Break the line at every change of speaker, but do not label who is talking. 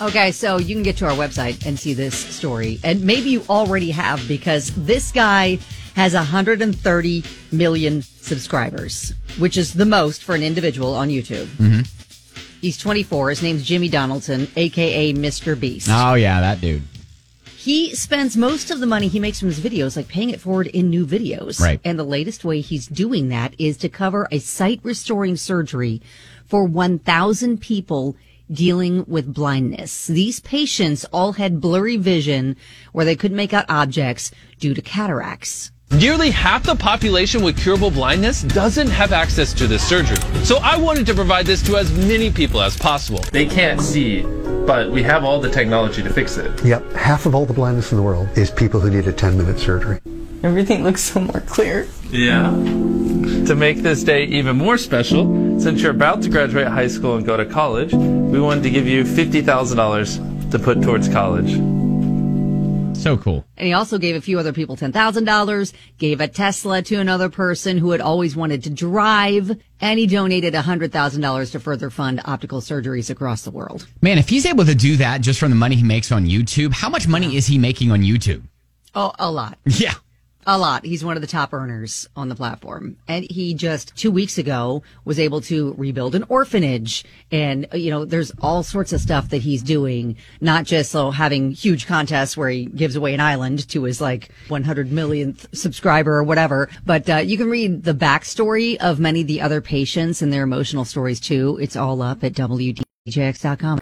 Okay, so you can get to our website and see this story. And maybe you already have because this guy has 130 million subscribers, which is the most for an individual on YouTube. He's 24. His name's Jimmy Donaldson, aka Mr. Beast.
Oh yeah, that dude.
He spends most of the money he makes from his videos, like paying it forward in new videos.
Right.
And the latest way he's doing that is to cover a sight restoring surgery for 1,000 people dealing with blindness. These patients all had blurry vision where they couldn't make out objects due to cataracts.
Nearly half the population with curable blindness doesn't have access to this surgery. So I wanted to provide this to as many people as possible.
They can't see, but we have all the technology to fix it.
Yep, half of all the blindness in the world is people who need a 10 minute surgery.
Everything looks so more clear.
Yeah. To make this day even more special, since you're about to graduate high school and go to college, we wanted to give you $50,000 to put towards college.
So cool.
And he also gave a few other people $10,000, gave a Tesla to another person who had always wanted to drive, and he donated $100,000 to further fund optical surgeries across the world.
Man, if he's able to do that just from the money he makes on YouTube, how much money is he making on YouTube?
Oh, a lot.
Yeah.
A lot. He's one of the top earners on the platform. And he just two weeks ago was able to rebuild an orphanage. And, uh, you know, there's all sorts of stuff that he's doing, not just so having huge contests where he gives away an island to his like 100 millionth subscriber or whatever. But uh, you can read the backstory of many of the other patients and their emotional stories too. It's all up at WDJX.com.